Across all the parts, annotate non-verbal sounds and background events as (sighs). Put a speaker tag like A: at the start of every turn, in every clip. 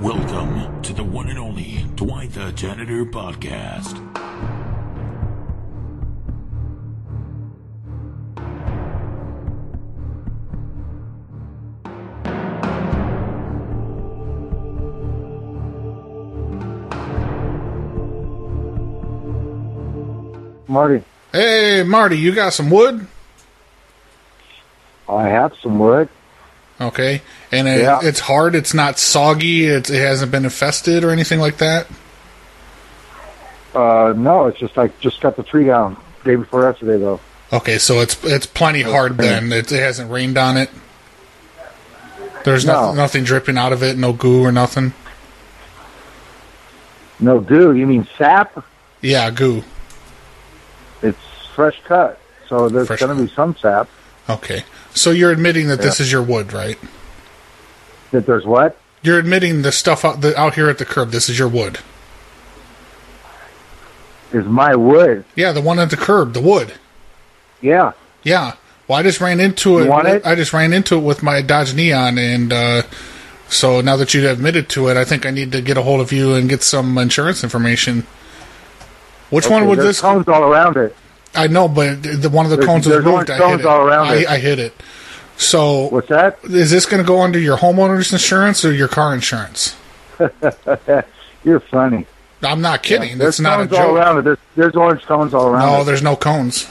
A: Welcome to the one and only Dwight the Janitor podcast.
B: Marty,
C: Hey, Marty, you got some wood?
B: I have some wood.
C: Okay. And uh, it,
B: Yeah.
C: it's hard. It's not soggy. It's, it hasn't been infested or anything like that.
B: Uh, no, it's just I just cut the tree down day before yesterday, though.
C: Okay, so it's it's plenty hard then. It, it hasn't rained on it. There's
B: No.
C: nothing, nothing dripping out of it, no goo or nothing.
B: No, do you mean sap?
C: Yeah, goo.
B: It's fresh cut, so there's
C: Fresh
B: going to be some sap.
C: Okay. So you're admitting that this is your wood, right?
B: That there's what?
C: You're admitting the stuff out, the, out here at the curb, this is your wood.
B: Is my wood?
C: Yeah, the one at the curb, the wood.
B: Yeah.
C: Yeah. Well, I just ran into
B: You
C: it.
B: want it?
C: I just ran into it with my Dodge Neon, and uh, so now that you've admitted to it, I think I need to get a hold of you and get some insurance information. Which one
B: Okay,
C: was
B: there's
C: this?
B: cones all around it.
C: I know, but the one of the
B: There's-
C: cones
B: there's
C: was moved. I
B: orange cones
C: hit it.
B: all around
C: I,
B: it.
C: I hit it. So
B: What's that?
C: is this going to go under your homeowner's insurance or your car insurance?
B: (laughs) You're funny.
C: I'm not kidding.
B: There's
C: That's not a
B: cones all
C: joke.
B: around it. There's, there's orange cones all around
C: No,
B: it.
C: there's no cones.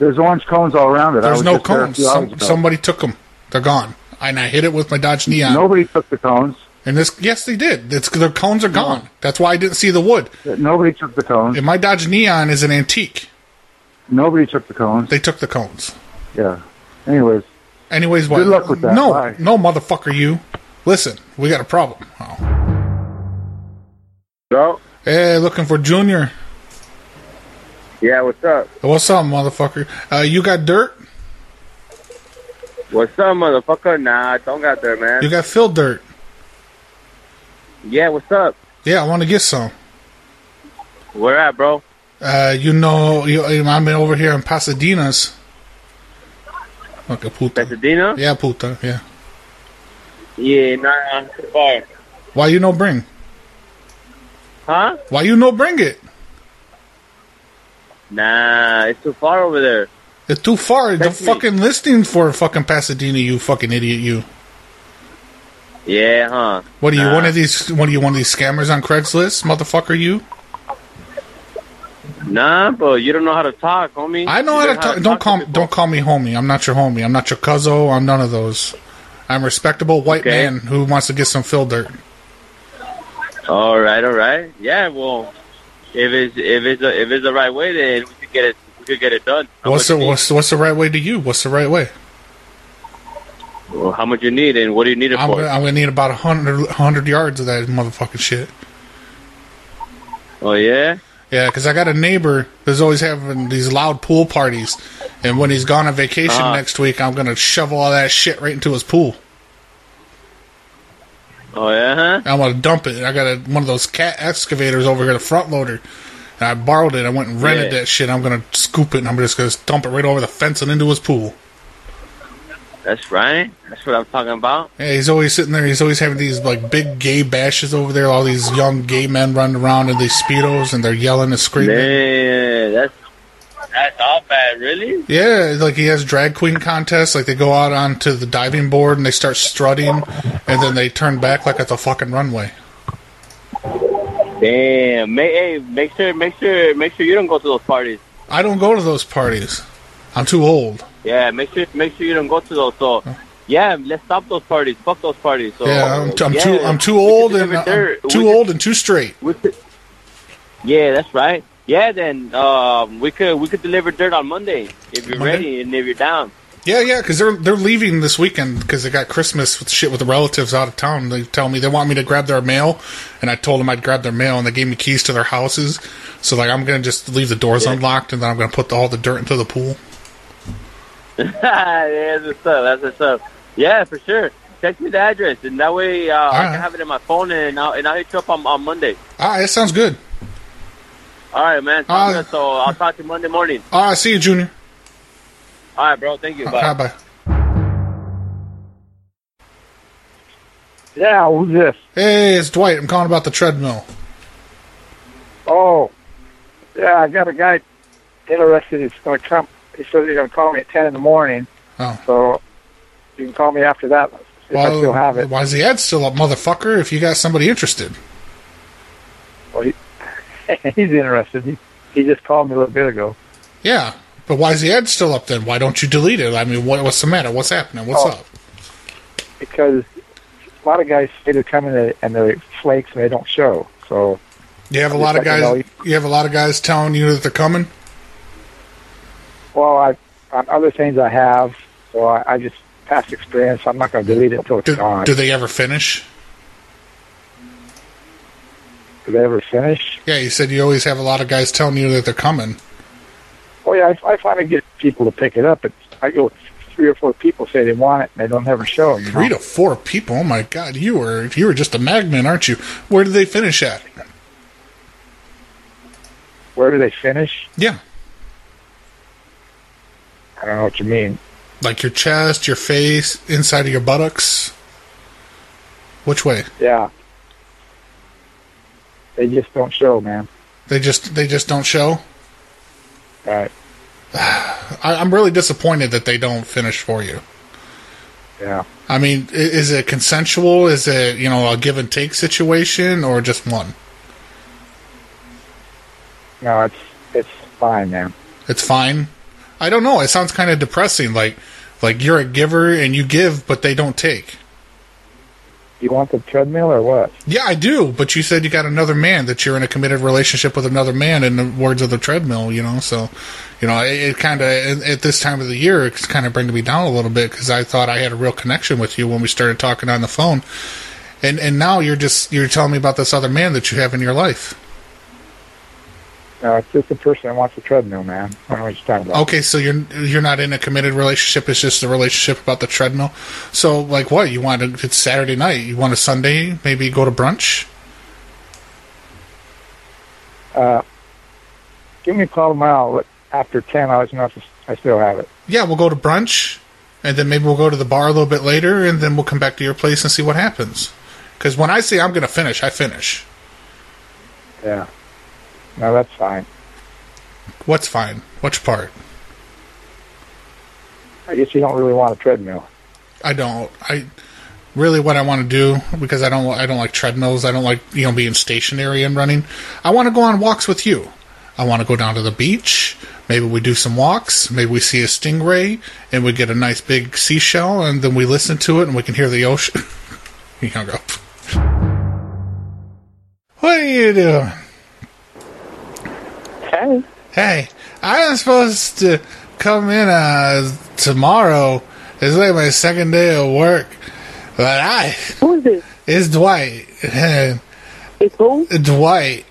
B: There's orange cones all around it. I
C: There's
B: was
C: no
B: just there a
C: cones.
B: few hours
C: Some,
B: ago.
C: somebody took them. They're gone. And I hit it with my Dodge Neon.
B: Nobody took the cones.
C: And this, yes, they did. It's their cones are gone. That's why I didn't see the wood.
B: Nobody took the cones.
C: And my Dodge Neon is an antique.
B: Nobody took the cones.
C: They took the cones.
B: Yeah. Anyways,
C: Anyways, what?
B: Good luck with that.
C: No,
B: Bye.
C: no, motherfucker, you. Listen, we got a problem. Oh.
D: So,
C: Hey, looking for Junior.
D: yeah, what's up?
C: What's up, motherfucker? Uh, you got dirt?
D: What's up, motherfucker? Nah, I don't got there, man.
C: You got fill dirt?
D: yeah, what's up?
C: Yeah, I want to get some.
D: Where at, bro?
C: Uh, you know, you, I'm over here in Pasadena's. Like a puta.
D: Pasadena?
C: Yeah, puta. Yeah.
D: Yeah, nah, I'm too far.
C: Why you no bring?
D: Huh?
C: Why you no bring it?
D: Nah, it's too far over there.
C: It's too far. The
D: That's me.
C: fucking listing for fucking Pasadena, you fucking idiot, you.
D: Yeah, huh?
C: What are you,
D: Nah.
C: one of these? What are you, one of these scammers on Craigslist, motherfucker? You?
D: Nah, bro, you don't know how to talk, homie.
C: I know
D: You
C: how to
D: learn
C: talk. Don't call.
D: to people.
C: Don't call me homie. I'm not your homie. I'm not your cuzzo. I'm none of those. I'm a respectable white
D: Okay.
C: man who wants to get some fill dirt.
D: All right, all right. Yeah, well, if it's if it's the- if it's the right way, then we could get it. We could get it done. How
C: What's the
D: much you
C: what's, what's the right way to you? What's the right way?
D: need? Well, how much you need, and what do you need it
C: I'm
D: for?
C: gonna, I'm gonna need about a hundred hundred yards of that motherfucking shit.
D: Oh yeah.
C: Yeah, because I got a neighbor that's always having these loud pool parties, and when he's gone on vacation
D: Ah.
C: next week, I'm gonna shovel all that shit right into his pool.
D: Oh yeah. Huh?
C: I want to dump it. I got a, one of those cat excavators over here, the front loader. And I borrowed it. I went and rented
D: Yeah.
C: that shit. I'm gonna scoop it and I'm just gonna dump it right over the fence and into his pool.
D: That's right. That's what I'm talking about.
C: Yeah, he's always sitting there. He's always having these like big gay bashes over there. All these young gay men running around in these speedos and they're yelling and screaming.
D: Man, that's that's all bad, really.
C: Yeah, like he has drag queen contests. Like they go out onto the diving board and they start strutting, and then they turn back like at the fucking runway.
D: Damn, make hey, make sure, make sure, make sure you don't go to those parties.
C: I don't go to those parties. I'm too old.
D: Yeah, make sure, make sure you don't go to those. So, yeah, let's stop those parties. Fuck those parties. So,
C: Yeah, I'm, I'm
D: yeah,
C: too. I'm
D: we
C: too
D: could
C: old
D: live
C: and
D: in
C: I'm
D: there. We
C: too
D: could-
C: old and too straight.
D: we could- yeah, that's right. Yeah, then um, we could we could deliver dirt on Monday if you're
C: Monday?
D: ready and if you're down.
C: Yeah, yeah, because they're they're leaving this weekend because they got Christmas with shit with the relatives out of town. They tell me they want me to grab their mail, and I told them I'd grab their mail, and they gave me keys to their houses. So like, I'm gonna just leave the doors
D: Yeah.
C: unlocked, and then I'm gonna put the, all the dirt into the pool.
D: yeah, that's what's up. That's what's up. Yeah, for sure. Text me the address, and that way uh, I
C: right.
D: can have it in my phone, and I'll, and I'll hit you up on, on Monday.
C: Ah, that sounds good.
D: All right, man. Sounds
C: All right.
D: good. So I'll talk to you Monday morning.
C: Ah, see you, Junior.
D: All right, bro. Thank you. Bye.
C: Bye bye.
B: Yeah, who's this?
C: Hey, it's Dwight. I'm calling about the treadmill.
B: Oh, yeah, I got a guy interested. He's going to come. uh, He says he's going to call me at 10 in the morning.
C: Oh.
B: So you can call me after that if I still have it.
C: Why is the ad still up, motherfucker, if you got somebody interested?
B: (laughs) He's interested. He, he just called me a little bit ago.
C: Yeah. But why is the ad still up then? Why don't you delete it? I mean, what, what's the matter? What's happening? What's
B: Oh.
C: up?
B: because a lot of guys say they're coming and- and they're flakes and they don't show. So
C: You have a
B: Just
C: lot of
B: like I know
C: guys.
B: you-
C: You have a lot of guys telling you that they're coming.
B: well, I on other things I have, so I, I just past experience. I'm not going to delete it until it's
C: Do,
B: gone.
C: do they ever finish?
B: Do they ever finish?
C: Yeah, you said you always have a lot of guys telling you that they're coming.
B: Oh yeah, I, I finally get people to pick it up, but I go three or four people say they want it and they don't ever show. You know?
C: Three to four people. Oh my god, you were you were just a magnet, aren't you? Where did they finish at?
B: Where do they finish?
C: Yeah,
B: I don't know what you mean.
C: like your chest, your face, inside of your buttocks. Which way?
B: Yeah, they just don't show, man.
C: They just they just don't show.
B: All right.
C: (sighs) I, I'm really disappointed that they don't finish for you.
B: Yeah.
C: I mean, i- is it consensual? Is it you know a give and take situation or just one?
B: No, it's it's fine, man.
C: it's fine. I don't know. It sounds kind of depressing. Like, like you're a giver and you give, but they don't take.
B: You want the treadmill or what?
C: Yeah, I do. But you said you got another man that you're in a committed relationship with another man. In the words of the treadmill, you know. So, you know, it, it kind of at at this time of the year, it's kind of bringing me down a little bit because I thought I had a real connection with you when we started talking on the phone, and and now you're just you're telling me about this other man that you have in your life.
B: No, it's just the person that wants the treadmill, man. I don't know what you're talking about.
C: Okay, so you're you're not in a committed relationship. It's just a relationship about the treadmill. So, like, what you want? To, it's Saturday night. You want a Sunday? Maybe go to brunch.
B: Uh, Give me a call tomorrow after 10. I was not, I still have it.
C: Yeah, we'll go to brunch, and then maybe we'll go to the bar a little bit later, and then we'll come back to your place and see what happens. Because when I say I'm gonna finish, I finish.
B: Yeah. No, that's fine.
C: What's fine? Which part?
B: I guess you don't really want a treadmill.
C: I don't. I really what I want to do because I don't. I don't like treadmills. I don't like you know being stationary and running. I want to go on walks with you. I want to go down to the beach. Maybe we do some walks. Maybe we see a stingray and we get a nice big seashell and then we listen to it and we can hear the ocean. (laughs) he hung up. What are you doing?
B: Okay.
C: Hey, I am supposed to come in uh, tomorrow. It's like my second day of work, but I
E: Who is this?
C: It's Dwight. (laughs)
E: It's who?
C: Dwight.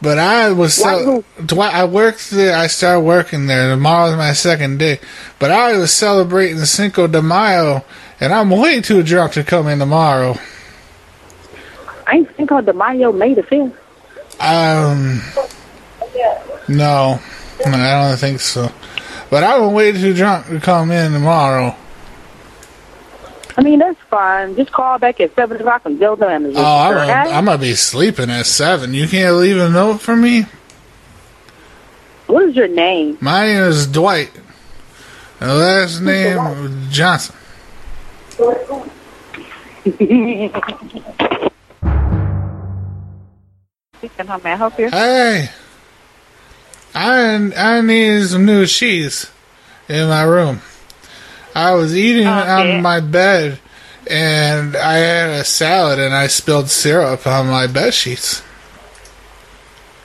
C: But I was so Dwight. I worked there. I started working there. Tomorrow's my second day. But I was celebrating Cinco de Mayo, and I'm way too drunk to come in tomorrow.
E: I ain't think of the Mayo May the 5th.
C: Um, no, I don't think so. But I'm way too drunk to come in tomorrow.
E: I mean, that's fine. Just call back at 7 o'clock and they'll them.
C: Oh, I'm gonna, I'm gonna be sleeping at seven. You can't leave a note for me.
E: What is your name?
C: My name is Dwight. The last name Johnson.
E: Can I may I help you?
C: Hey, I I need some new sheets in my room. I was eating
E: Okay.
C: on my bed, and I had a salad, and I spilled syrup on my bed sheets.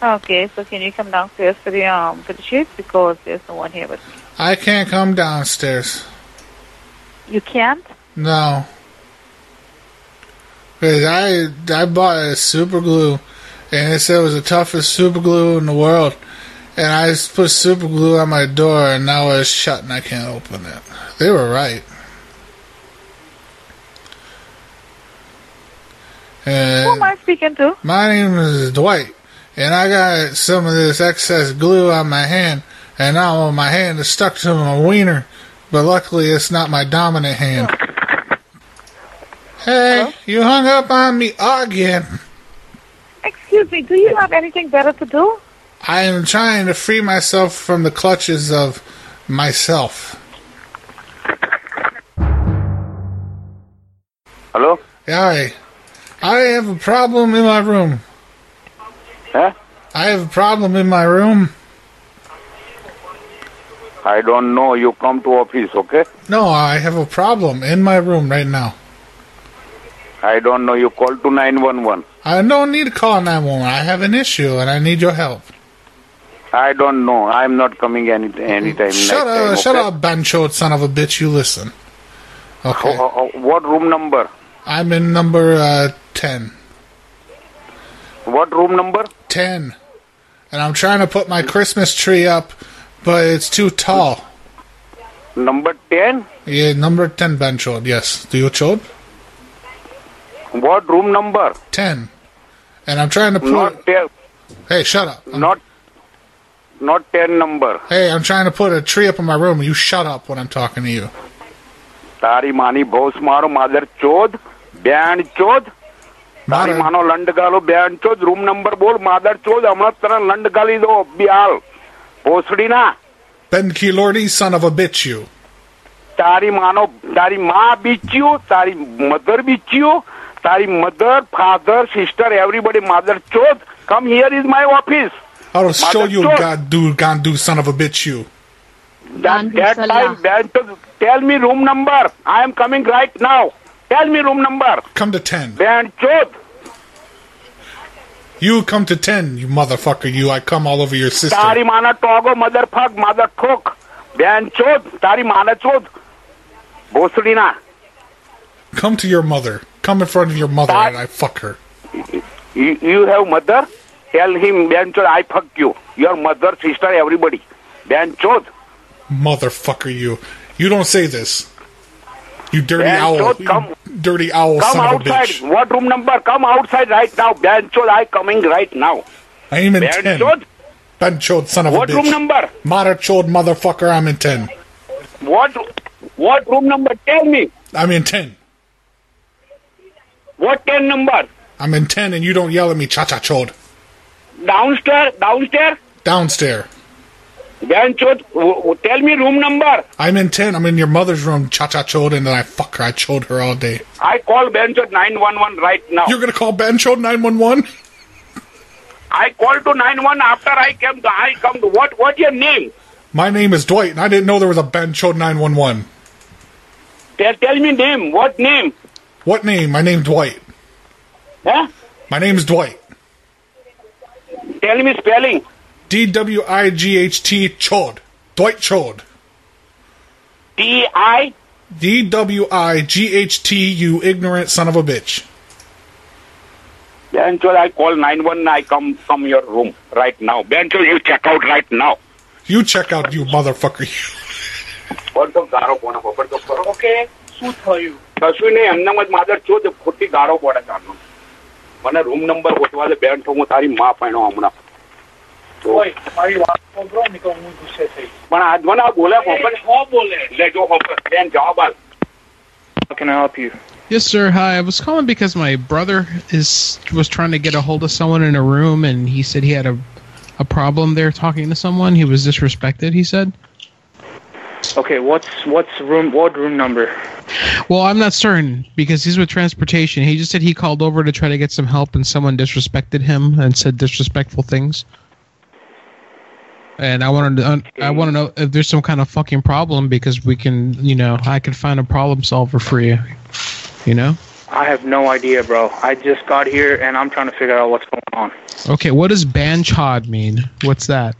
E: Okay, so can you come downstairs for the um for the shift because there's no one here with me.
C: I can't come downstairs.
E: You can't?
C: No. Cause I I bought a super glue, and it said it was the toughest super glue in the world, and I just put super glue on my door, and now it's shut, and I can't open it. They were right.
E: Who am
C: And
E: I speaking to?
C: my name is Dwight, and I got some of this excess glue on my hand, and now my hand is stuck
E: Oh.
C: to my wiener, but luckily it's not my dominant hand. Hey, you hung up on me again.
E: Excuse me, do you have anything better to do?
C: I am trying to free myself from the clutches of myself.
F: Hello?
C: Hi. I have a problem in my room.
F: Huh?
C: I have a problem in my room.
F: I don't know. You come to office, okay?
C: No, I have a problem in my room right now.
F: I don't know. You call to 911.
C: I don't need to call 911. I have an issue and I need your help.
F: I don't know. I'm not coming any anytime.
C: Shut
F: nighttime,
C: up, Uh, shut
F: okay?
C: up, Bancho, son of a bitch. You listen.
F: Ho-
C: Okay.
F: ho- ho- Oh, what room number?
C: I'm in number uh, 10.
F: What room number?
C: 10. And I'm trying to put my Christmas tree up, but it's too tall.
F: Number 10?
C: Yeah, number 10 Banchod, yes. Do you chod?
F: What room number?
C: 10. And I'm trying to put.
F: Not 10.
C: hey, shut up. I'm-
F: Not, not 10 number.
C: hey, I'm trying to put a tree up in my room. You shut up when I'm talking to you.
F: તારી માની બહુ મારો માધર ચોદ બેન ચોદ તારી
C: Mother-
F: માનો લંડ ગાલો બેન ચોદ રૂમ નંબર બોલ માધર ચોદ હમણાં જ તને લંડ ગાલી દો બિહાલ ભોસડી ના
C: Ben Kilordi, son of a bitch, you.
F: તારી માનો તારી માં બીચ્યું તારી મધર બીચ્યું તારી મધર ફાધર સિસ્ટર એવરીબડી માધર ચોદ come here is my office
C: I'll show you,
F: Motherfucker.
C: Gandu, Gandu, son of a bitch, you.
F: That, that time, that, tell me room number. I am coming right now. Tell me room number.
C: Come to 10.
F: Then Chod,
C: You come to 10, you motherfucker, you. I come all over your sister.
F: તારી માના ટોગો mother fuck mother ઠોક બેન ચોદ તારી માના ચોદ ભોસડીના
C: Come to your mother. Come in front of your mother
F: That-
C: and I fuck her.
F: You have mother tell him બેન ચોદ I fuck you your mother sister everybody બેન ચોદ
C: Motherfucker, you. You don't say this. You dirty
F: Ben
C: owl.
F: Chod, come-
C: you dirty owl,
F: come
C: son of a
F: outside
C: bitch.
F: What room number come outside right now બેન ચોદ I coming right now
C: I am in
F: બેન
C: 10.
F: ચોદ
C: Ben Chod, son of
F: what
C: a
F: room
C: bitch.
F: Number
C: Mother Chod, motherfucker, I'm in 10.
F: What what room number tell me
C: I'm in 10.
F: What ten number
C: I'm in 10 and you don't yell at me, cha cha chod.
F: Downstairs downstairs
C: Downstairs.
F: બેન ચોદ tell me room number
C: I'm in 10. I'm in your mother's room, cha cha chod, and then I fuck her. I chod her all day.
F: I call Benchot 911 right now.
C: You're gonna call Ben Chod 911?
F: I call to 911 after I came. To, I come to what? What's your name?
C: My name is Dwight and I didn't know there was a Ben Chod 911.
F: Tell, tell me name. What name?
C: What name? My name's Dwight.
F: Huh?
C: My name's Dwight.
F: Tell me spelling.
C: D W I G H T Chod. Dwight Chod.
F: T I
C: D W I G H T, you ignorant son of a bitch.
F: Benchot. I call 911. I come from your room right now. Benchot, you check out right now.
C: You check out, you motherfucker.
F: પડતો ગારો કોને પડતો કરો કે શું થયું કશું નહીં એમનામ જ માદર છો તો ખોટી ગારો પડે તારનો મને રૂમ નંબર ગોઠવા દે બેન તો હું તારી માં પાણો હમણાં પણ આજ મને આ બોલે ખબર હો બોલે લે જો ખબર બેન જવાબ આલ
G: How can I help you?
H: Yes, sir. Hi. I was calling because my brother is was trying to get a hold of someone in a room, and he said he had a a problem there talking to someone. He was disrespected. He said.
G: Okay, what's what's room what room number?
H: Well, I'm not certain because he's with transportation. He just said he called over to try to get some help, and someone disrespected him and said disrespectful things. And I wanted to, I want to know if there's some kind of fucking problem because we can, you know, I could find a problem solver for you. You know?
G: I have no idea, bro. I just got here and I'm trying to figure out what's going on.
H: Okay, what does banchod mean? What's that?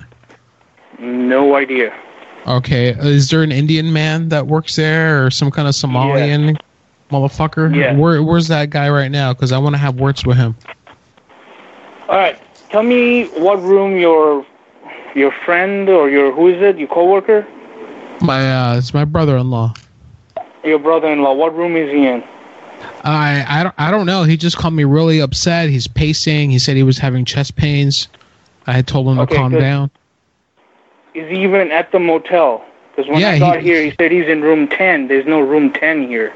G: No idea.
H: Okay, is there an Indian man that works there or some kind of Somalian motherfucker?
G: Yeah.
H: Where, where's that guy right now? Because I want to have words with him.
G: All right, tell me what room your your friend or your who is it? Your coworker?
H: My uh, it's my brother-in-law.
G: Your brother-in-law? What room is he in?
H: I I don't I don't know. He just called me really upset. He's pacing. He said he was having chest pains. I had told him
G: Okay,
H: to calm
G: good.
H: down.
G: Is he even at the motel? Because when
H: Yeah,
G: I
H: he-
G: got here, he said he's in room ten. There's no room ten here.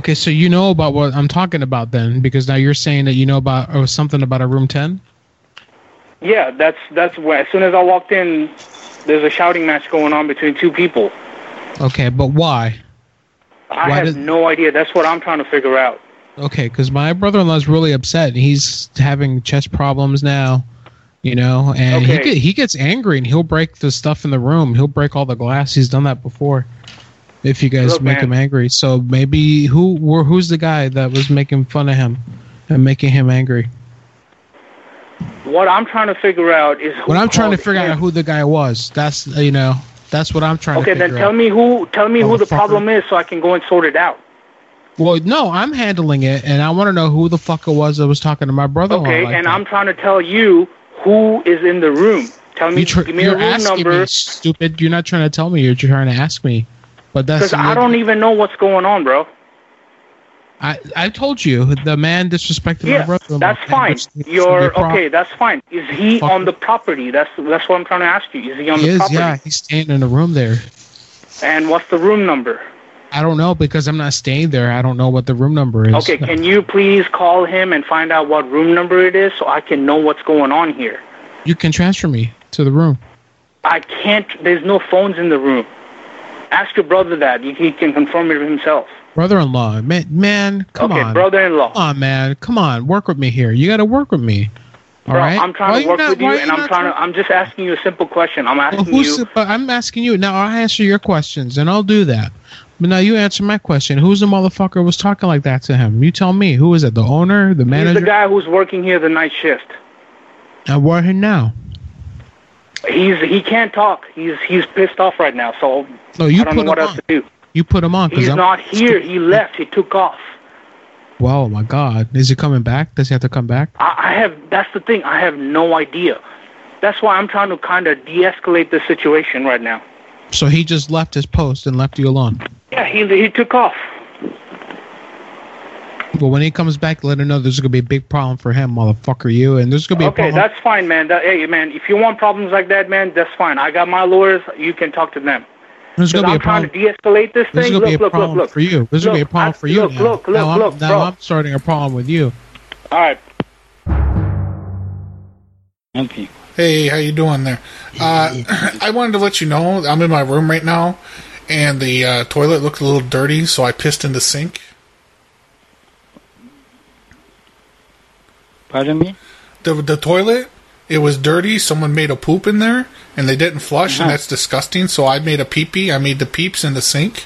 H: Okay, so you know about what I'm talking about then, because now you're saying that you know about oh, something about a room 10?
G: Yeah, that's that's where. As soon as I walked in, there's a shouting match going on between two people.
H: Okay, but why?
G: I
H: Why
G: have
H: does-
G: no idea. That's what I'm trying to figure out.
H: Okay, because my brother-in-law's really upset, and he's having chest problems now. You know, and he
G: Okay.
H: get, he gets angry, and he'll break the stuff in the room. He'll break all the glass. He's done that before. If you guys
G: Look,
H: make
G: man.
H: him angry, so maybe who were who's the guy that was making fun of him and making him angry?
G: What I'm trying to figure out is who
H: When I'm trying to
G: called
H: figure
G: him.
H: out who the guy was, that's uh, you know that's what I'm trying
G: Okay,
H: to
G: then
H: figure
G: tell
H: out.
G: me who tell me who the
H: Motherfucker.
G: problem is so I can go and sort it out.
H: Well, no, I'm handling it, and I want to know who the fuck it was that was talking to my brother-in-law.
G: Okay,
H: Oh, like
G: and
H: that.
G: I'm trying to tell you who is in the room. Tell me,
H: You tr-
G: give me
H: you're
G: a room
H: asking
G: number
H: me, stupid. You're not trying to tell me. You're trying to ask me. But that's
G: because I don't even know what's going on, bro.
H: I, I told you the man disrespected my
G: Yeah,
H: brother.
G: that's fine. You're okay. That's fine. Is he on the property? That's that's what I'm trying to ask you. Is he on
H: He
G: the
H: is.
G: property?
H: Yeah, he's staying in a room there.
G: And what's the room number?
H: I don't know because I'm not staying there. I don't know what the room number is.
G: Okay, can you please call him and find out what room number it is so I can know what's going on here?
H: you can transfer me to the room.
G: I can't. There's no phones in the room. Ask your brother that. He, he can confirm it himself.
H: Brother-in-law, man, man come
G: okay,
H: on,
G: brother-in-law.
H: come on, man, come on, work with me here. You got to work with me. All
G: Bro,
H: right?
G: I'm
H: Why
G: trying
H: you
G: to work
H: not-
G: with you,
H: why you
G: and I'm
H: not
G: trying to. I'm just asking you a simple question. I'm
H: Well,
G: asking
H: who's
G: you.
H: the, but I'm asking you now. I answer your questions, and I'll do that. But now you answer my question. Who's the motherfucker was talking like that to him? You tell me. Who is it? The owner? The
G: He's
H: manager?
G: the guy who's working here the night shift.
H: And where him now?
G: He's he can't talk. He's he's pissed off right now. So
H: No, you
G: I don't
H: put
G: know
H: him
G: what else
H: on.
G: to do.
H: You put him on because
G: He's
H: I'm.
G: not here. He left. He took off.
H: Well, my God, is he coming back? Does he have to come back?
G: I, I have. That's the thing. I have no idea. That's why I'm trying to kind of de-escalate the situation right now.
H: So he just left his post and left you alone.
G: Yeah, he he took off.
H: But when he comes back, let him know there's gonna be a big problem for him, motherfucker. You and there's gonna be
G: Okay,
H: a problem.
G: that's fine, man. That, hey, man, if you want problems like that, man, that's fine. I got my lawyers. You can talk to them.
H: There's
G: Because
H: gonna be
G: I'm
H: a
G: trying
H: problem.
G: to de-escalate this
H: This is
G: thing.
H: gonna be
G: Look,
H: a
G: look,
H: problem
G: look, look.
H: for you. This is gonna be a
G: Look,
H: problem
G: I-
H: for you.
G: look,
H: now.
G: look, look,
H: now I'm,
G: look,
H: now
G: bro.
H: I'm starting a problem with you.
G: All right.
C: Hey, how you doing there? Uh, (laughs) I wanted to let you know I'm in my room right now, and the uh, toilet looked a little dirty, so I pissed in the sink.
I: Pardon me?
C: The the toilet, it was dirty. Someone made a poop in there, and they didn't flush, and that's disgusting. So I made a pee pee. I made the peeps in the sink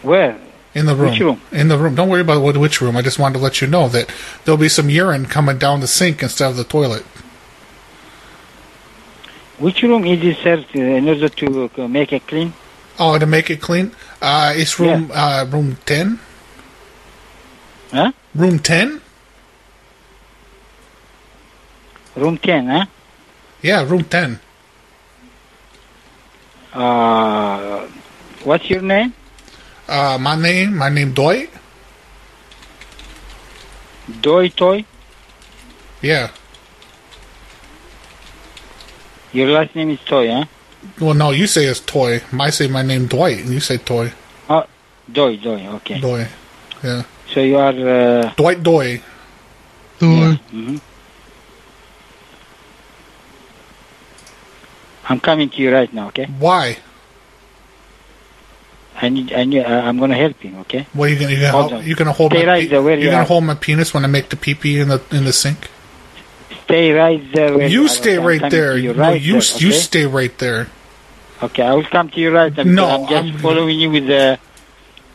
I: Where?
C: in the room.
I: Which room?
C: In the room. Don't worry about what which room. I just wanted to let you know that there'll be some urine coming down the sink instead of the toilet.
I: Which room is it served in order to uh, make it clean?
C: Oh, to make it clean, uh, it's room uh, room ten.
I: Huh?
C: Room ten.
I: Room 10, huh?
C: Yeah, room ten.
I: Uh, what's your name?
C: Uh, my name, my name Dwight.
I: Doi Toy?
C: Yeah.
I: Your last name is Toy, huh?
C: Well, no, you say it's Toy. I say my name Dwight, and you say Toy.
I: Doi, Doi, Oh, okay.
C: Doy.
I: So you are, uh,
C: Dwight Doy.
I: yeah, mhm. I'm coming to you right now, okay?
C: Why?
I: I need, I need, I- I'm gonna help you, okay?
C: What are you gonna you gonna
I: Hold
C: hold,
I: on.
C: you gonna hold
I: Stay
C: my
I: right
C: pe-
I: there, where
C: you
I: you
C: gonna
I: are.
C: hold my penis when I make the pee pee in the in the sink?
I: Stay right there. where
C: you
I: are, okay?
C: stay
I: I'm
C: right
I: coming
C: there.
I: to You
C: You
I: right
C: you,
I: there,
C: s- you
I: okay?
C: stay right there.
I: Okay, I will come to you right now.
C: No,
I: because I'm just
C: I'm-
I: following you with the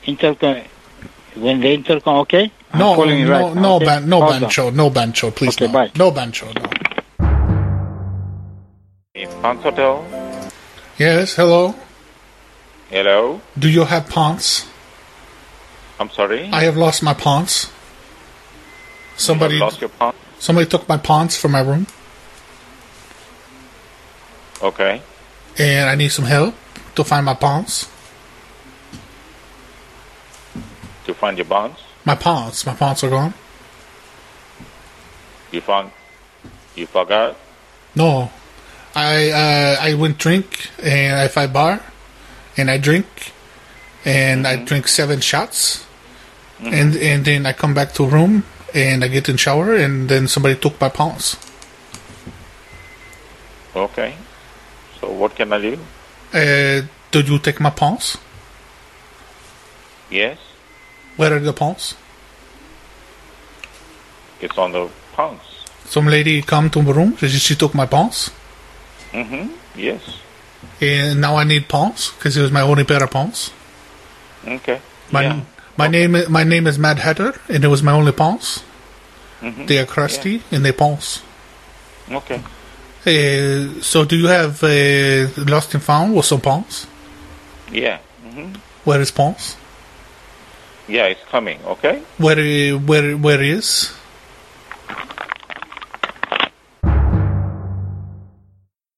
I: intercom. When the intercom, okay? I'm
C: no,
I: following you
C: no,
I: right now,
C: no,
I: okay?
C: ban- no
I: Hold on.
C: bancho, no bancho, please
I: Okay,
C: no,
I: bye.
C: no bancho, no.
J: Hotel.
C: Yes, hello.
J: Hello.
C: Do you have pants?
J: I'm sorry.
C: I have lost my pants. Somebody
J: You lost your pawn.
C: somebody took my pants from my room,
J: Okay.
C: and I need some help to find my pants.
J: To find your bonds,
C: My pants, my pants are gone.
J: you found. You forgot.
C: No, I uh, I went drink and I find bar, and I drink, and I drink seven shots,
J: Mm-hmm.
C: and and then I come back to room and I get in shower and then somebody took my pounds.
J: Okay. So what can I do?
C: Uh, did you take my pounds?
J: Yes,
C: Where are the pounds?
J: it's on the pounds.
C: Some lady come to my room. She, she took my pounds,
J: Mm-hmm. Yes.
C: and now I need pounds because it was my only pair of pounds.
J: Okay.
C: My
J: yeah.
C: my name i- my name is Mad Hatter, and it was my only pounds.
J: Mhm.
C: They are crusty and they pounds.
J: Okay.
C: Uh, so do you have uh, lost and found with some pounds?
J: Yeah. hmm
C: Where is pounds?
J: Yeah, it's coming. Okay.
C: Where i- where where is?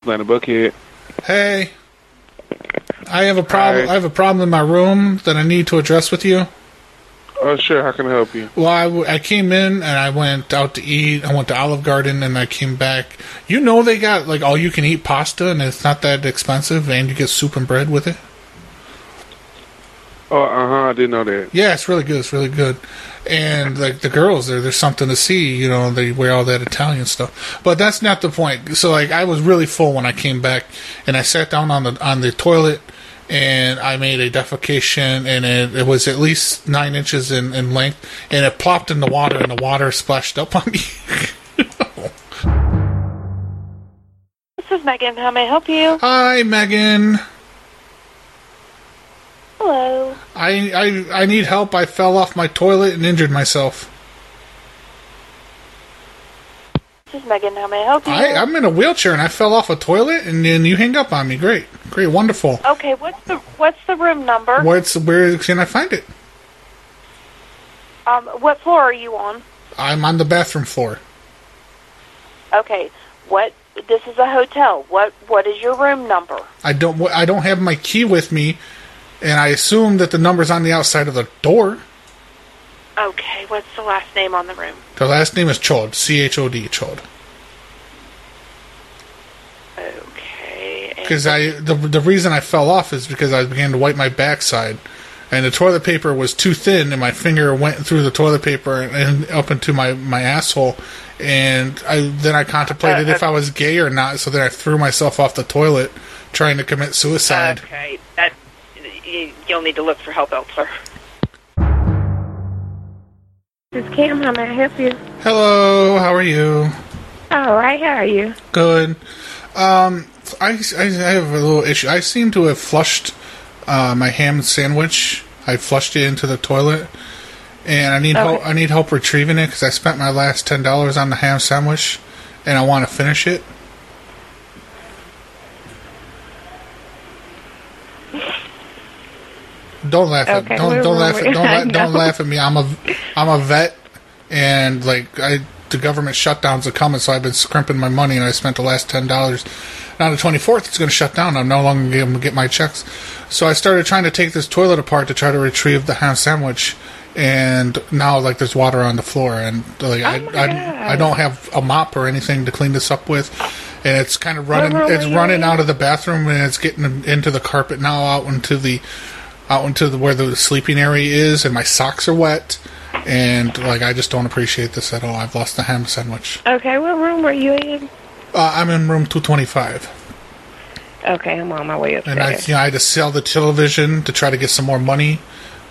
K: Atlanta Buckhead.
C: Hey, I have a problem. I have a problem in my room that I need to address with you.
K: Oh, sure. How can I help you?
C: Well, I, w- I came in and I went out to eat. I went to Olive Garden and I came back. You know they got like all you can eat pasta and it's not that expensive, and you get soup and bread with it.
K: Oh, uh huh. I didn't know that.
C: Yeah, it's really good. It's really good. And like the girls there, there's something to see. You know, they wear all that Italian stuff. But that's not the point. So like, I was really full when I came back, and I sat down on the on the toilet, and I made a defecation, and it, it was at least nine inches in, in length, and it plopped in the water, and the water splashed up (laughs) on me.
L: This is Megan. How may I help you?
C: Hi, Megan.
L: Hello.
C: I I I need help. I fell off my toilet and injured myself.
L: This is Megan. How may I help you?
C: I, I'm in a wheelchair and I fell off a toilet, and then you hang up on me. Great, great, wonderful.
L: okay. What's the What's the room number?
C: What's where can I find it?
L: Um, what floor are you on?
C: I'm on the bathroom floor.
L: Okay. What This is a hotel. What What is your room number?
C: I don't I don't have my key with me, and I assume that the number's on the outside of the door.
L: Okay. What's the last name on the room?
C: The last name is Chod, C H O D Chod.
L: Okay.
C: Because I the the reason I fell off is because I began to wipe my backside, and the toilet paper was too thin, and my finger went through the toilet paper and, and up into my my asshole, and I then I contemplated if I was gay or not. So then I threw myself off the toilet, trying to commit
M: Uh,
C: suicide.
L: Okay. That you, You'll need to look for help elsewhere.
N: This is Kim. How may I help you?
C: Hello, how are you?
N: All right. How are you?
C: Good. Um, I, I, I have a little issue. I seem to have flushed uh, my ham sandwich. I flushed it into the toilet, and I need help.
N: Okay.
C: I need help retrieving it because I spent my last ten dollars on the ham sandwich, and I want to finish it. Don't laugh at
N: Okay,
C: don't
N: we're-
C: don't
N: we're-
C: laugh at don't
N: I
C: la-
N: (laughs)
C: don't
N: know.
C: laugh at me. I'm a I'm a vet, and like I the government shutdowns are coming, so I've been scrimping my money, and I spent the last ten dollars. Now the twenty fourth, it's going to shut down. I'm no longer going to get my checks. So I started trying to take this toilet apart to try to retrieve the ham sandwich, and now like there's water on the floor, and like
N: Oh
C: I, I I don't have a mop or anything to clean this up with, and it's kind of running
N: Where were
C: it's
N: we?
C: running out of the bathroom and it's getting into the carpet now out into the out into the where the sleeping area is and my socks are wet and like I just don't appreciate this at all. I've lost the ham sandwich.
N: Okay. What room were you in?
C: Uh, I'm in room 225
N: Okay. I'm on my way upstairs.
C: and I you know, I had to sell the television to try to get some more money.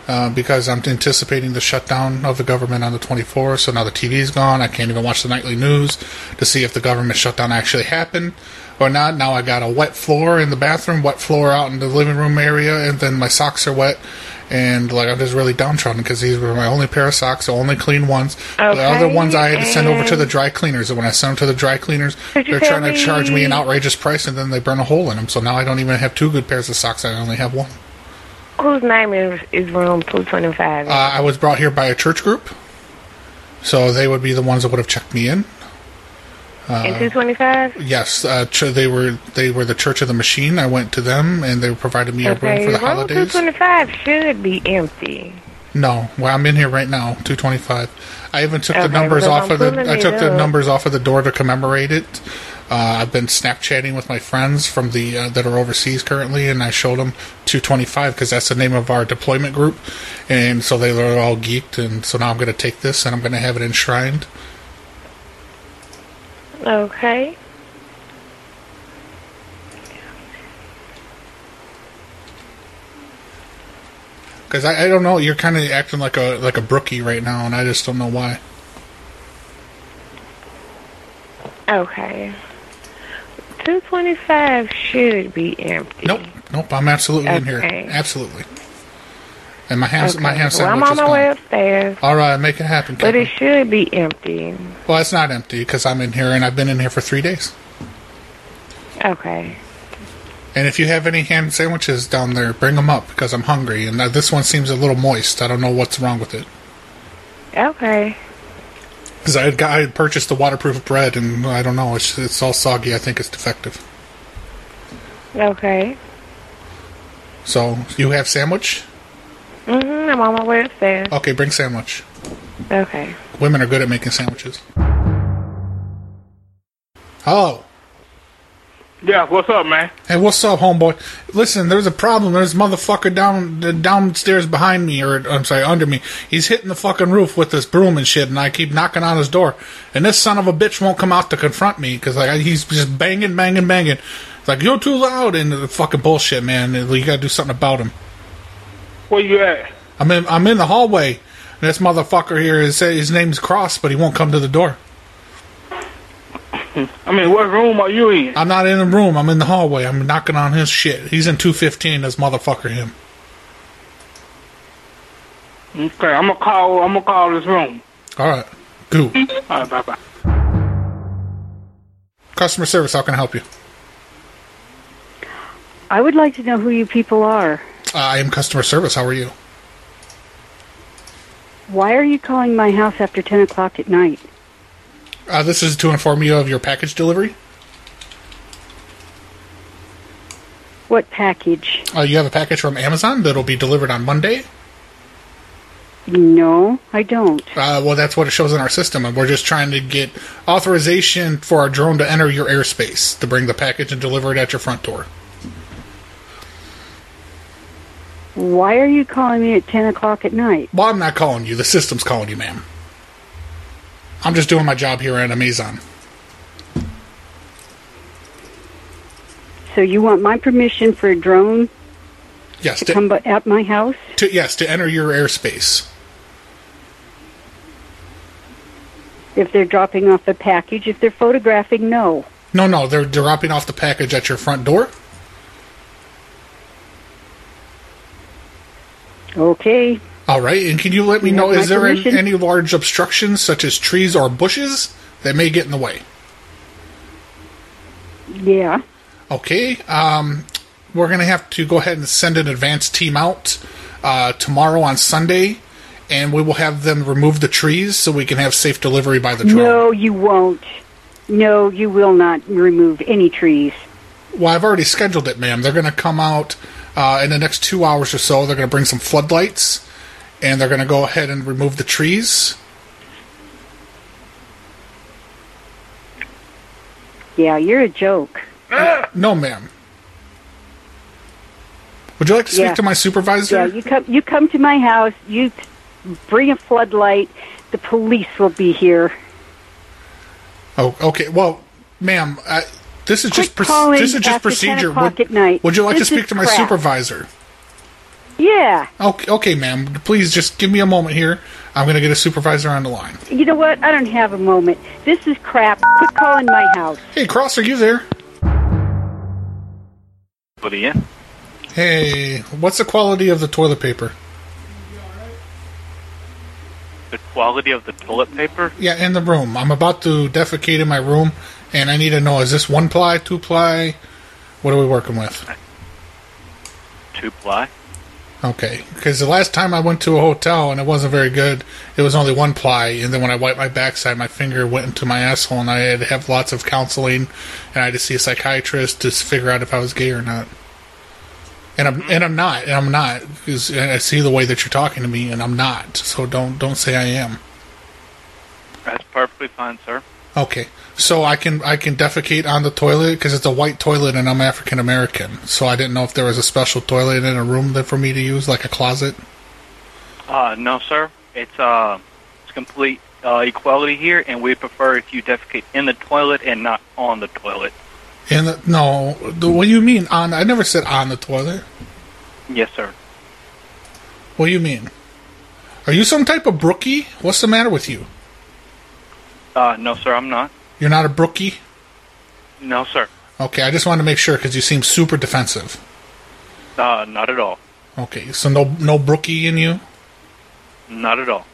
C: Uh, because I'm anticipating the shutdown of the government on the 24th, so now the TV's gone. I can't even watch the nightly news to see if the government shutdown actually happened or not. Now I got a wet floor in the bathroom, wet floor out in the living room area, and then my socks are wet. And like I'm just really downtrodden because these were my only pair of socks, the only clean ones. the other
N: Okay,
C: ones I had to send over to
N: and-
C: the dry cleaners, and when I send them to the dry cleaners,
N: Could you
C: they're
N: tell
C: trying to charge me an
N: me-
C: outrageous price, and then they burn a hole in them. So now I don't even have two good pairs of socks. I only have one.
N: Whose name is, is room two twenty five?
C: Uh, I was brought here by a church group, so they would be the ones that would have checked me in.
N: in
C: Uh,
N: two twenty five?
C: yes, uh, ch- they were they were the Church of the Machine. I went to them, and they provided me a room
N: Okay.
C: for the
N: Room two
C: holidays.
N: twenty five should be empty.
C: No, well, I'm in here right now, 225. I even took the
N: Okay,
C: numbers
N: because
C: off
N: I'm
C: of the
N: pulling
C: I took
N: it
C: the
N: up.
C: numbers off of the door to commemorate it Uh, I've been Snapchatting with my friends from the uh, that are overseas currently, and I showed them 225 because that's the name of our deployment group, and so they were all geeked. And so now I'm going to take this and I'm going to have it enshrined.
N: Okay.
C: Because I, I don't know, you're kind of acting like a like a brookie right now, and I just don't know why.
N: Okay. 225 should be empty.
C: Nope, nope, I'm absolutely in here,
N: Okay.
C: absolutely. And my ham,
N: Okay.
C: my ham
N: well, I'm
C: sandwich
N: on
C: is
N: my
C: gone.
N: way upstairs,
C: All right, make it happen.
N: but
C: Kevin.
N: it should be empty.
C: Well, it's not empty because I'm in here and I've been in here for three days.
N: Okay.
C: And if you have any ham sandwiches down there, bring them up because I'm hungry. And uh, this one seems a little moist. I don't know what's wrong with it.
N: Okay.
C: Because I had, got, I had purchased the waterproof bread and I don't know. It's, it's all soggy. I think it's defective.
N: Okay.
C: So you have sandwich?
N: Mm-hmm. I'm on my way upstairs.
C: Okay, bring sandwich.
N: Okay.
C: Women are good at making sandwiches. Oh, Hello.
O: Yeah, what's up, man?
C: Hey, what's up, homeboy? Listen, there's a problem. There's a motherfucker down the- downstairs behind me, or I'm sorry, under me. He's hitting the fucking roof with this broom and shit, and I keep knocking on his door. And this son of a bitch won't come out to confront me because like I- he's just banging, banging, banging. It's like you're too loud and the fucking bullshit, man. You gotta do something about him.
O: Where you at?
C: I'm in, I'm in the hallway, and this motherfucker here is say his name's Cross, but he won't come to the door.
O: Hmm. I mean, what room are you in?
C: I'm not in the room. I'm in the hallway. I'm knocking on his shit. He's in 215. This motherfucker him.
O: Okay, I'm gonna call. I'm gonna call this room.
C: All right, goo.
O: All right, bye bye.
C: Customer service, how can I help you?
P: I would like to know who you people are.
C: Uh, I am customer service. How are you?
P: Why are you calling my house after 10 o'clock at night?
C: Uh, this is to inform you of your package delivery.
P: What package?
C: Uh, you have a package from Amazon that'll be delivered on Monday.
P: No, I don't.
C: Uh, well, that's what it shows in our system, and we're just trying to get authorization for our drone to enter your airspace to bring the package and deliver it at your front door.
P: Why are you calling me at 10 o'clock at night?
C: Well, I'm not calling you. The system's calling you, ma'am. I'm just doing my job here at Amazon.
P: So you want my permission for a drone
C: Yes,
P: to
C: to,
P: come bu- at my house?
C: to- yes to enter your airspace.
P: If they're dropping off a package, if they're photographing, no.
C: No, no, they're dropping off the package at your front door.
P: Okay.
C: All right, and can you let me
P: You
C: know
P: have my
C: is there an-
P: permission?
C: any large obstructions such as trees or bushes that may get in the way?
P: Yeah.
C: Okay, um, we're gonna have to go ahead and send an advance team out uh, tomorrow on Sunday, and we will have them remove the trees so we can have safe delivery by the drone.
P: No, you won't. No, you will not remove any trees.
C: Well, I've already scheduled it, ma'am. They're going to come out uh, in the next two hours or so. They're going to bring some floodlights, and they're going to go ahead and remove the trees.
P: Yeah, you're a joke.
C: No, ma'am. Would you like to speak
P: Yeah.
C: to my supervisor?
P: Yeah, you come you come to my house, you bring a floodlight, the police will be here.
C: Oh, okay. Well, ma'am, I, this is just proc-
P: calling
C: this is just
P: after 10
C: procedure.
P: o'clock
C: Would,
P: at night.
C: would you like
P: This
C: to
P: is
C: speak to my
P: crap.
C: supervisor?
P: Yeah.
C: Okay, okay, ma'am. Please just give me a moment here. I'm going to get a supervisor on the line.
P: You know what? I don't have a moment. This is crap. Quit calling my house.
C: Hey, Cross, are you there?
Q: But yeah.
C: Hey, what's the quality of the toilet paper?
Q: The quality of the toilet paper?
C: Yeah, in the room. I'm about to defecate in my room, and I need to know: is this one ply, two ply? What are we working with?
Q: Two ply.
C: Okay, because the last time I went to a hotel and it wasn't very good, it was only one ply, and then when I wiped my backside, my finger went into my asshole, and I had to have lots of counseling, and I had to see a psychiatrist to s- figure out if I was gay or not. And I'm and I'm not, and I'm not, because I see the way that you're talking to me, and I'm not. So don't don't say I am.
Q: That's perfectly fine, sir.
C: Okay, so I can I can defecate on the toilet because it's a white toilet and I'm African American. So I didn't know if there was a special toilet in a room that for me to use, like a closet.
Q: Uh, no, sir. It's uh, it's complete uh, equality here, and we prefer if you defecate in the toilet and not on the toilet.
C: And the, no, the, what do you mean on? I never said on the toilet.
Q: Yes, sir.
C: What do you mean? Are you some type of brookie? What's the matter with you?
Q: Uh, no, sir. I'm not.
C: You're not a brookie.
Q: No, sir.
C: Okay, I just wanted to make sure because you seem super defensive.
Q: Uh, not at all.
C: Okay, so no no brookie in you.
Q: Not at all.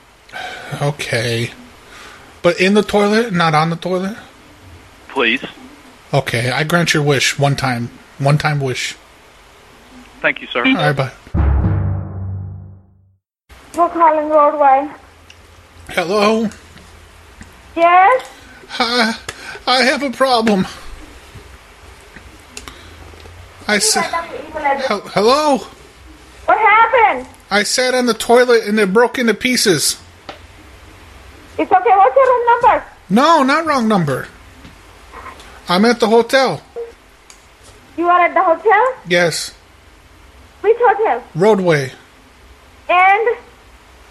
C: Okay, but in the toilet, not on the toilet.
Q: Please.
C: Okay, I grant your wish one time. One time wish.
Q: Thank you, sir.
R: Mm-hmm.
C: All right, bye.
M: McCollin Roadway.
C: Hello.
M: Yes?
C: Hi. I have a problem. I said. Hel- hello.
M: What happened?
C: I sat on the toilet and it broke into pieces.
M: It's okay. What's your room number?
C: No, not wrong number. I'm at the hotel.
M: You are at the hotel?
C: Yes.
M: Which hotel?
C: Roadway.
M: And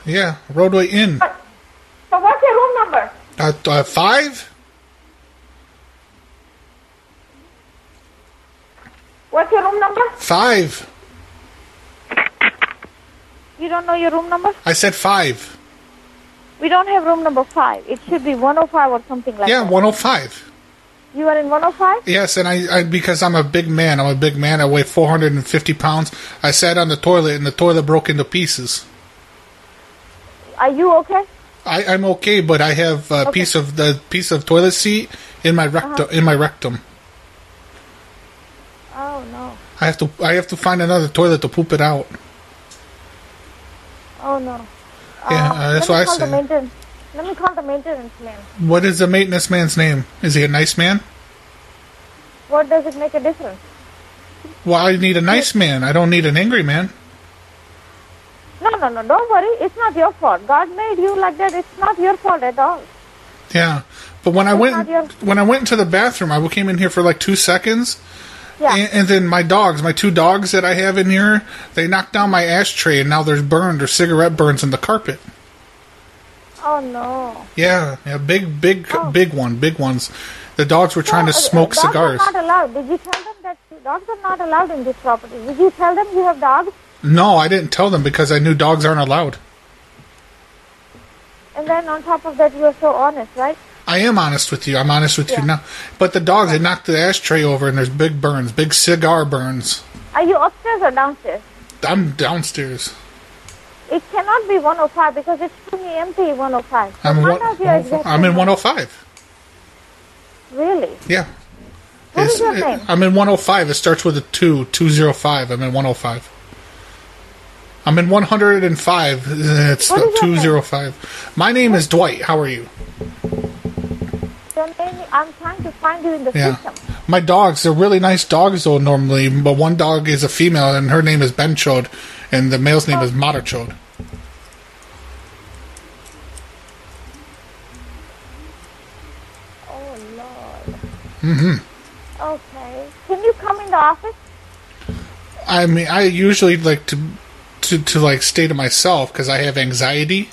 C: Yeah, roadway in.
M: so what's your room number?
C: Uh, uh, five?
M: What's your room number?
C: Five.
M: You don't know your room number?
C: I said five.
M: We don't have room number 5. It should be 105 or something like
C: Yeah,
M: that.
C: 105.
M: You are in 105?
C: Yes, and I, I because I'm a big man, I'm a big man. I weigh 450 pounds. I sat on the toilet, and the toilet broke into pieces.
M: Are you okay?
C: I, I'm okay, but I have a
M: Okay.
C: piece of the piece of toilet seat in my rectum.
M: Uh-huh.
C: In my rectum,
M: Oh, no.
C: I have to I have to find another toilet to poop it out.
M: Oh, no.
C: Yeah,
M: Uh,
C: uh, that's
M: let me
C: what I
M: call the
C: said.
M: maintenance. Let me call the maintenance man.
C: What is the maintenance man's name? Is he a nice man?
M: What does it make a difference?
C: Well, I need a nice man. I don't need an angry man.
M: No, no, no. Don't worry. It's not your fault. God made you like that. It's not your fault at all.
C: Yeah, but when I
M: not
C: went
M: your-
C: when I went into the bathroom, I came in here for like two seconds,
M: Yeah.
C: and, and then my dogs, my two dogs that I have in here, they knocked down my ashtray, and now there's burned or cigarette burns in the carpet.
M: Oh, no.
C: Yeah, yeah, big, big, big one, big ones. The dogs were trying to
M: No, Oh. uh,
C: smoke
M: dogs
C: cigars.
M: are not allowed. Did you tell them that dogs are not allowed in this property? Did you tell them you have dogs?
C: No, I didn't tell them because I knew dogs aren't allowed.
M: And then on top of that, you are so honest, right?
C: I am honest with you. I'm honest with you now. But the dogs, they knocked the ashtray over, and there's big burns, big cigar burns.
M: Are you upstairs or downstairs?
C: I'm downstairs.
M: It cannot be 105 because it's fully empty 105.
C: I'm in
M: Find
C: one,
M: out your exact
C: I'm in
M: number.
C: 105.
M: Really?
C: Yeah.
M: What is
C: It's-
M: your
C: it-
M: name?
C: I'm in 105. It starts with a 2, 205. I'm in 105. I'm in 105. It's
M: What is your name?
C: 205. My name is Dwight. How are you?
M: Your name, I'm trying to find you in the
C: Yeah.
M: system.
C: My dogs, they're really nice dogs, though, normally, but one dog is a female, and her name is Benchod, and the male's name is Materchod.
M: Oh, Lord.
C: hmm
M: Okay. Can you come in the office?
C: I mean, I usually like to to to like stay to myself because I have anxiety.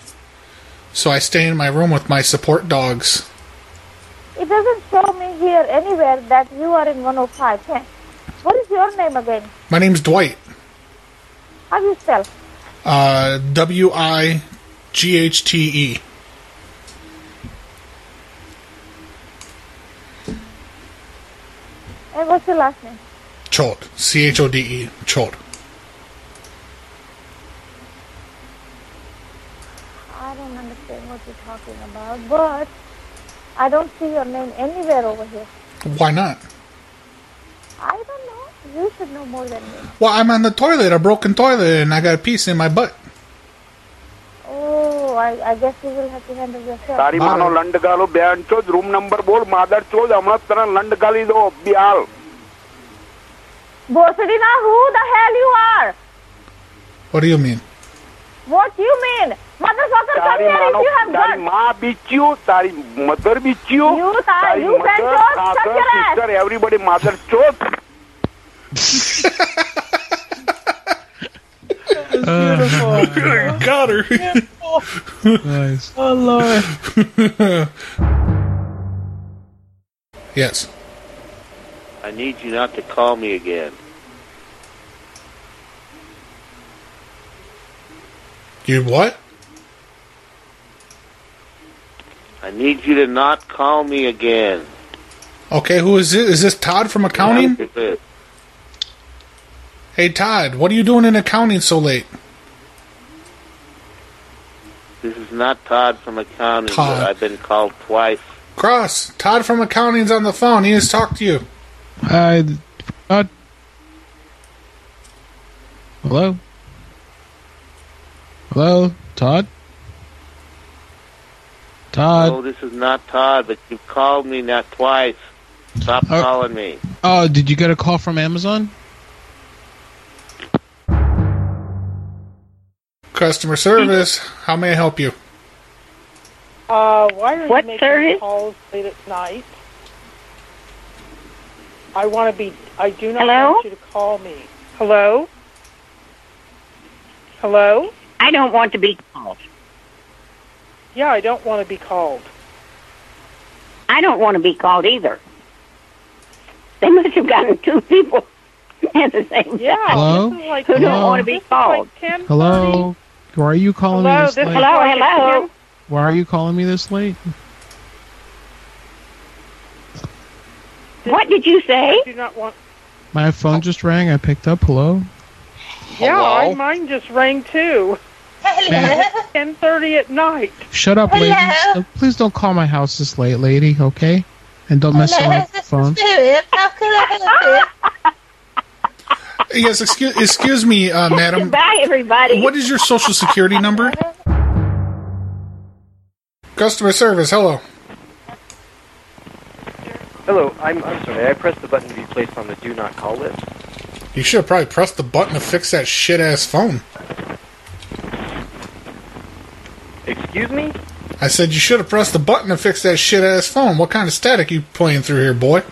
C: So I stay in my room with my support dogs.
M: It doesn't show me here anywhere that you are in 105. Can- eh? What is your name again?
C: My name's Dwight.
M: How do you spell?
C: Uh, W I G H T E.
M: And what's your last name?
C: Chod. C H O D E. Chod.
M: I don't understand what you're talking about, but I don't see your name anywhere over here.
C: Why not?
M: I don't know. You should know more than me.
C: Well, I'm on the toilet, a broken toilet, and I got a piece in my butt.
M: Oh, I, I guess you will have to handle yourself.
F: તારી માનો લંડ ગાલો બેન ચો room number બોલ માદર ચો હમણાં જ તને લંડ ગાલી દો બિહાલ
M: Bosadina, who the hell you are?
C: What do you mean?
M: What you mean? Motherfucker, come
F: (laughs) તારી
M: here if
F: માનો
M: you have
F: તારી
M: gun.
F: માં બીચ્યું તારી મધર બીચ્યું
M: You tar-
F: તારી
M: you
F: mother,
M: bent over,
F: father,
M: shut your ass.
F: sister, everybody mother choke.
C: Got her.
H: nice. Oh
C: Lord. (laughs) yes.
S: I need you not to call me again.
C: You what?
S: I need you to not call
K: (laughs)
S: me again.
C: Okay, who is this? Is this Todd from accounting?
S: That's it.
C: Hey Todd, what are you doing in accounting so late?
S: This is not Todd from accounting.
C: Todd.
S: I've been called twice.
C: Cross, Todd from accounting's on the phone. He needs to talk to you.
H: I Todd. Hello. Hello, Todd. Todd.
S: no, this is not Todd, but you've called me now twice. Stop
H: Oh.
S: calling me.
H: Oh, did you get a call from Amazon?
C: Customer service, how may I help you?
T: Uh, why are
U: What
T: you making
U: service?
T: calls late at night? I want to be. I do not
U: Hello?
T: want you to call me. Hello. Hello.
U: I don't want to be called.
T: Yeah, I don't want to be called.
U: I don't want to be called either. They must have gotten two people (laughs) at the same
T: Yeah.
U: time
H: Hello?
T: This is like
U: who don't
H: Hello?
U: want to be called.
H: Hello. Why are you calling me this late?
U: hello, hello.
H: Why are you calling me this late?
U: What did you say?
T: I do not want.
H: My phone just rang. I picked up. Hello.
T: Yeah,
H: Hello?
T: I, mine just rang too. Ten thirty at night.
H: Shut up, lady.
T: Hello?
H: Uh, Please don't call my house this late, lady. Okay. And don't mess
M: Hello?
H: with my phone.
M: How can I
C: Yes, excuse excuse me, uh, madam.
U: Goodbye, everybody.
C: What is your social security number? Customer service, hello.
V: Hello, I'm, I'm sorry. I pressed the button to be placed on the do not call list.
C: You should have probably pressed the button to fix that shit ass phone.
V: Excuse me?
C: I said you should have pressed the button to fix that shit ass phone. What kind of static you playing through here, boy?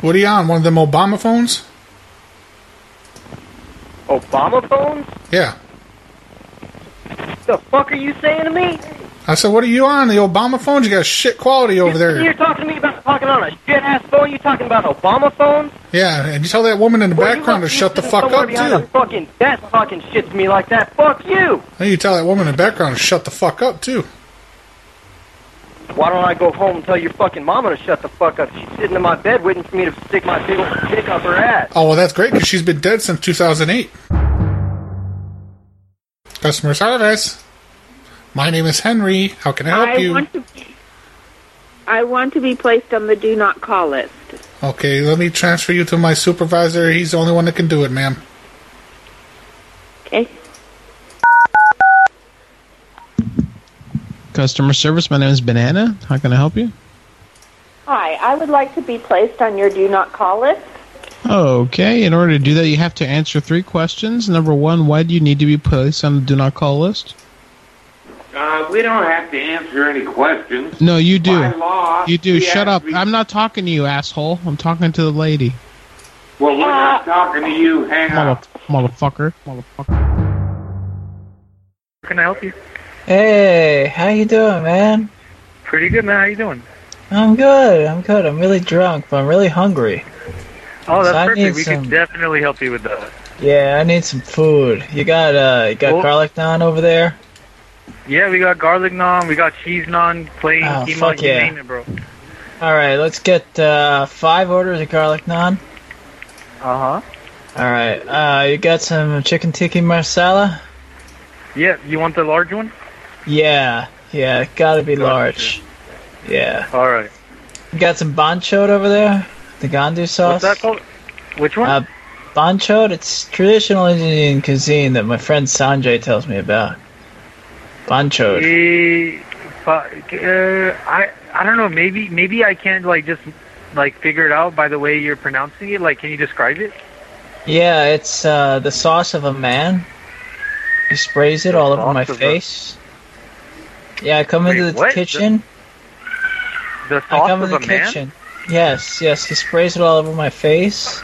C: What are you on? One of them Obama phones?
V: Obama phones?
C: Yeah.
V: The fuck are you saying to me?
C: I said, what are you on? The Obama phones? You got shit quality over
V: You're
C: there.
V: talking to me about talking on a shit ass phone. You talking about Obama phones?
C: Yeah, and you tell that woman in the background to shut the fuck
V: Somewhere
C: up
V: behind
C: too.
V: a fucking desk talking shit to me like that. Fuck you.
C: And you tell that woman in the background to shut the fuck up too.
V: Why don't I go home and tell your fucking mama to shut the fuck up? She's sitting in my bed waiting for me to stick my big old dick up her ass.
C: Oh, well, that's great because she's been dead since 2008. Customer service. My name is Henry. How can I help
W: I
C: you?
W: want to. I want to be placed on the do not call list.
C: okay, let me transfer you to my supervisor. He's the only one that can do it, ma'am.
W: Okay.
H: Customer service. My name is Banana. How can I help you?
W: Hi, I would like to be placed on your do not call list.
H: Okay. In order to do that, you have to answer three questions. Number one, why do you need to be placed on the do not call list?
X: Uh, we don't have to answer any questions.
H: No, you do.
X: By law,
H: you do.
X: we
H: Shut
X: have
H: up.
X: to-
H: I'm not talking to you, asshole. I'm talking to the lady.
X: Well, we're not talking to you. Hang
H: Mother-
X: up.
H: motherfucker. Motherfucker.
R: Can I help you?
Y: Hey, how you doing, man?
R: Pretty good, man. How you doing?
Y: I'm good. I'm good. I'm really drunk, but I'm really hungry.
R: Oh, that's
Y: So I need
R: perfect. We
Y: some-
R: can definitely help you with that.
Y: Yeah, I need some food. You got uh, you got
R: Well-
Y: garlic naan over there?
R: Yeah, we got garlic naan, we got cheese naan, plain
Y: Oh,
R: keema,
Y: fuck
R: you
Y: yeah.
R: name it, bro.
Y: All right, let's get uh, five orders of garlic naan.
R: Uh huh.
Y: All right, uh, you got some chicken tikka masala?
R: Yeah, you want the large one?
Y: Yeah, yeah, gotta be large. Yeah.
R: All right.
Y: You got some banchot over there? The gandu sauce?
R: What's that called? Which one?
Y: Uh, banchot, it's traditional Indian cuisine that my friend Sanjay tells me about. Banchot.
R: Eh, fuck, uh, I I don't know. Maybe maybe I can't like just like figure it out by the way you're pronouncing it. Like, can you describe it?
Y: Yeah, it's uh, the sauce of a man. He sprays it all over my face. Yeah, I come
R: Wait,
Y: into the
R: what?
Y: kitchen.
R: The
Y: I
R: sauce
Y: come
R: of
Y: in the
R: a man?
Y: kitchen. Yes, yes. He sprays it all over my face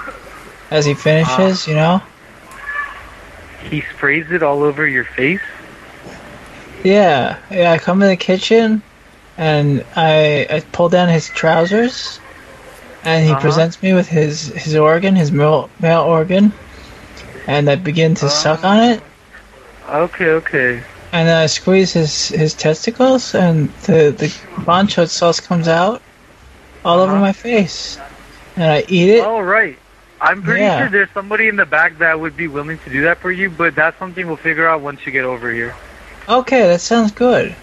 Y: as
R: Ah.
Y: he finishes. you know.
R: He sprays it all over your face?
Y: Yeah, yeah. I come in the kitchen, and I I pull down his trousers, and he
R: Uh-huh.
Y: presents me with his his organ, his male male organ, and I begin to suck on it,
R: Okay, okay.
Y: and then I squeeze his his testicles, and the the bonchot sauce comes out all over my face, and I eat it.
R: All right. I'm pretty
Y: Yeah.
R: sure there's somebody in the back that would be willing to do that for you, but that's something we'll figure out once you get over here.
Y: Okay, that sounds good.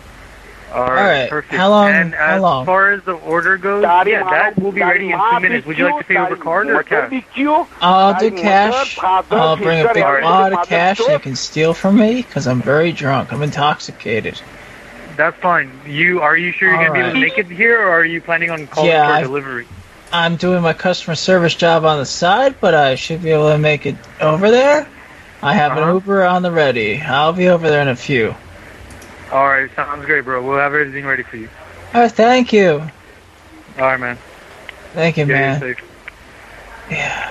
R: All right,
Y: Alright,
R: perfect.
Y: how long-
R: And
Y: how
R: as
Y: long?
R: far as the order goes,
X: Daddy,
R: yeah,
X: my-
R: that will be
X: daddy,
R: ready in
X: my
R: two minutes. Would you like to pay over card or cash?
Y: I'll do cash. I'll bring a big wad of cash you can steal from me because I'm very drunk. I'm intoxicated.
R: That's fine. You are you sure you're gonna be able to make it here, or are you planning on calling
Y: Yeah,
R: for
Y: I-
R: delivery?
Y: I'm doing my customer service job on the side, but I should be able to make it over there. I have an Uber on the ready. I'll be over there in a few.
R: All right, sounds great, bro. We'll have everything ready for you.
Y: Oh, thank you.
R: All right, man.
Y: Thank you,
R: Yeah,
Y: man.
R: you're safe.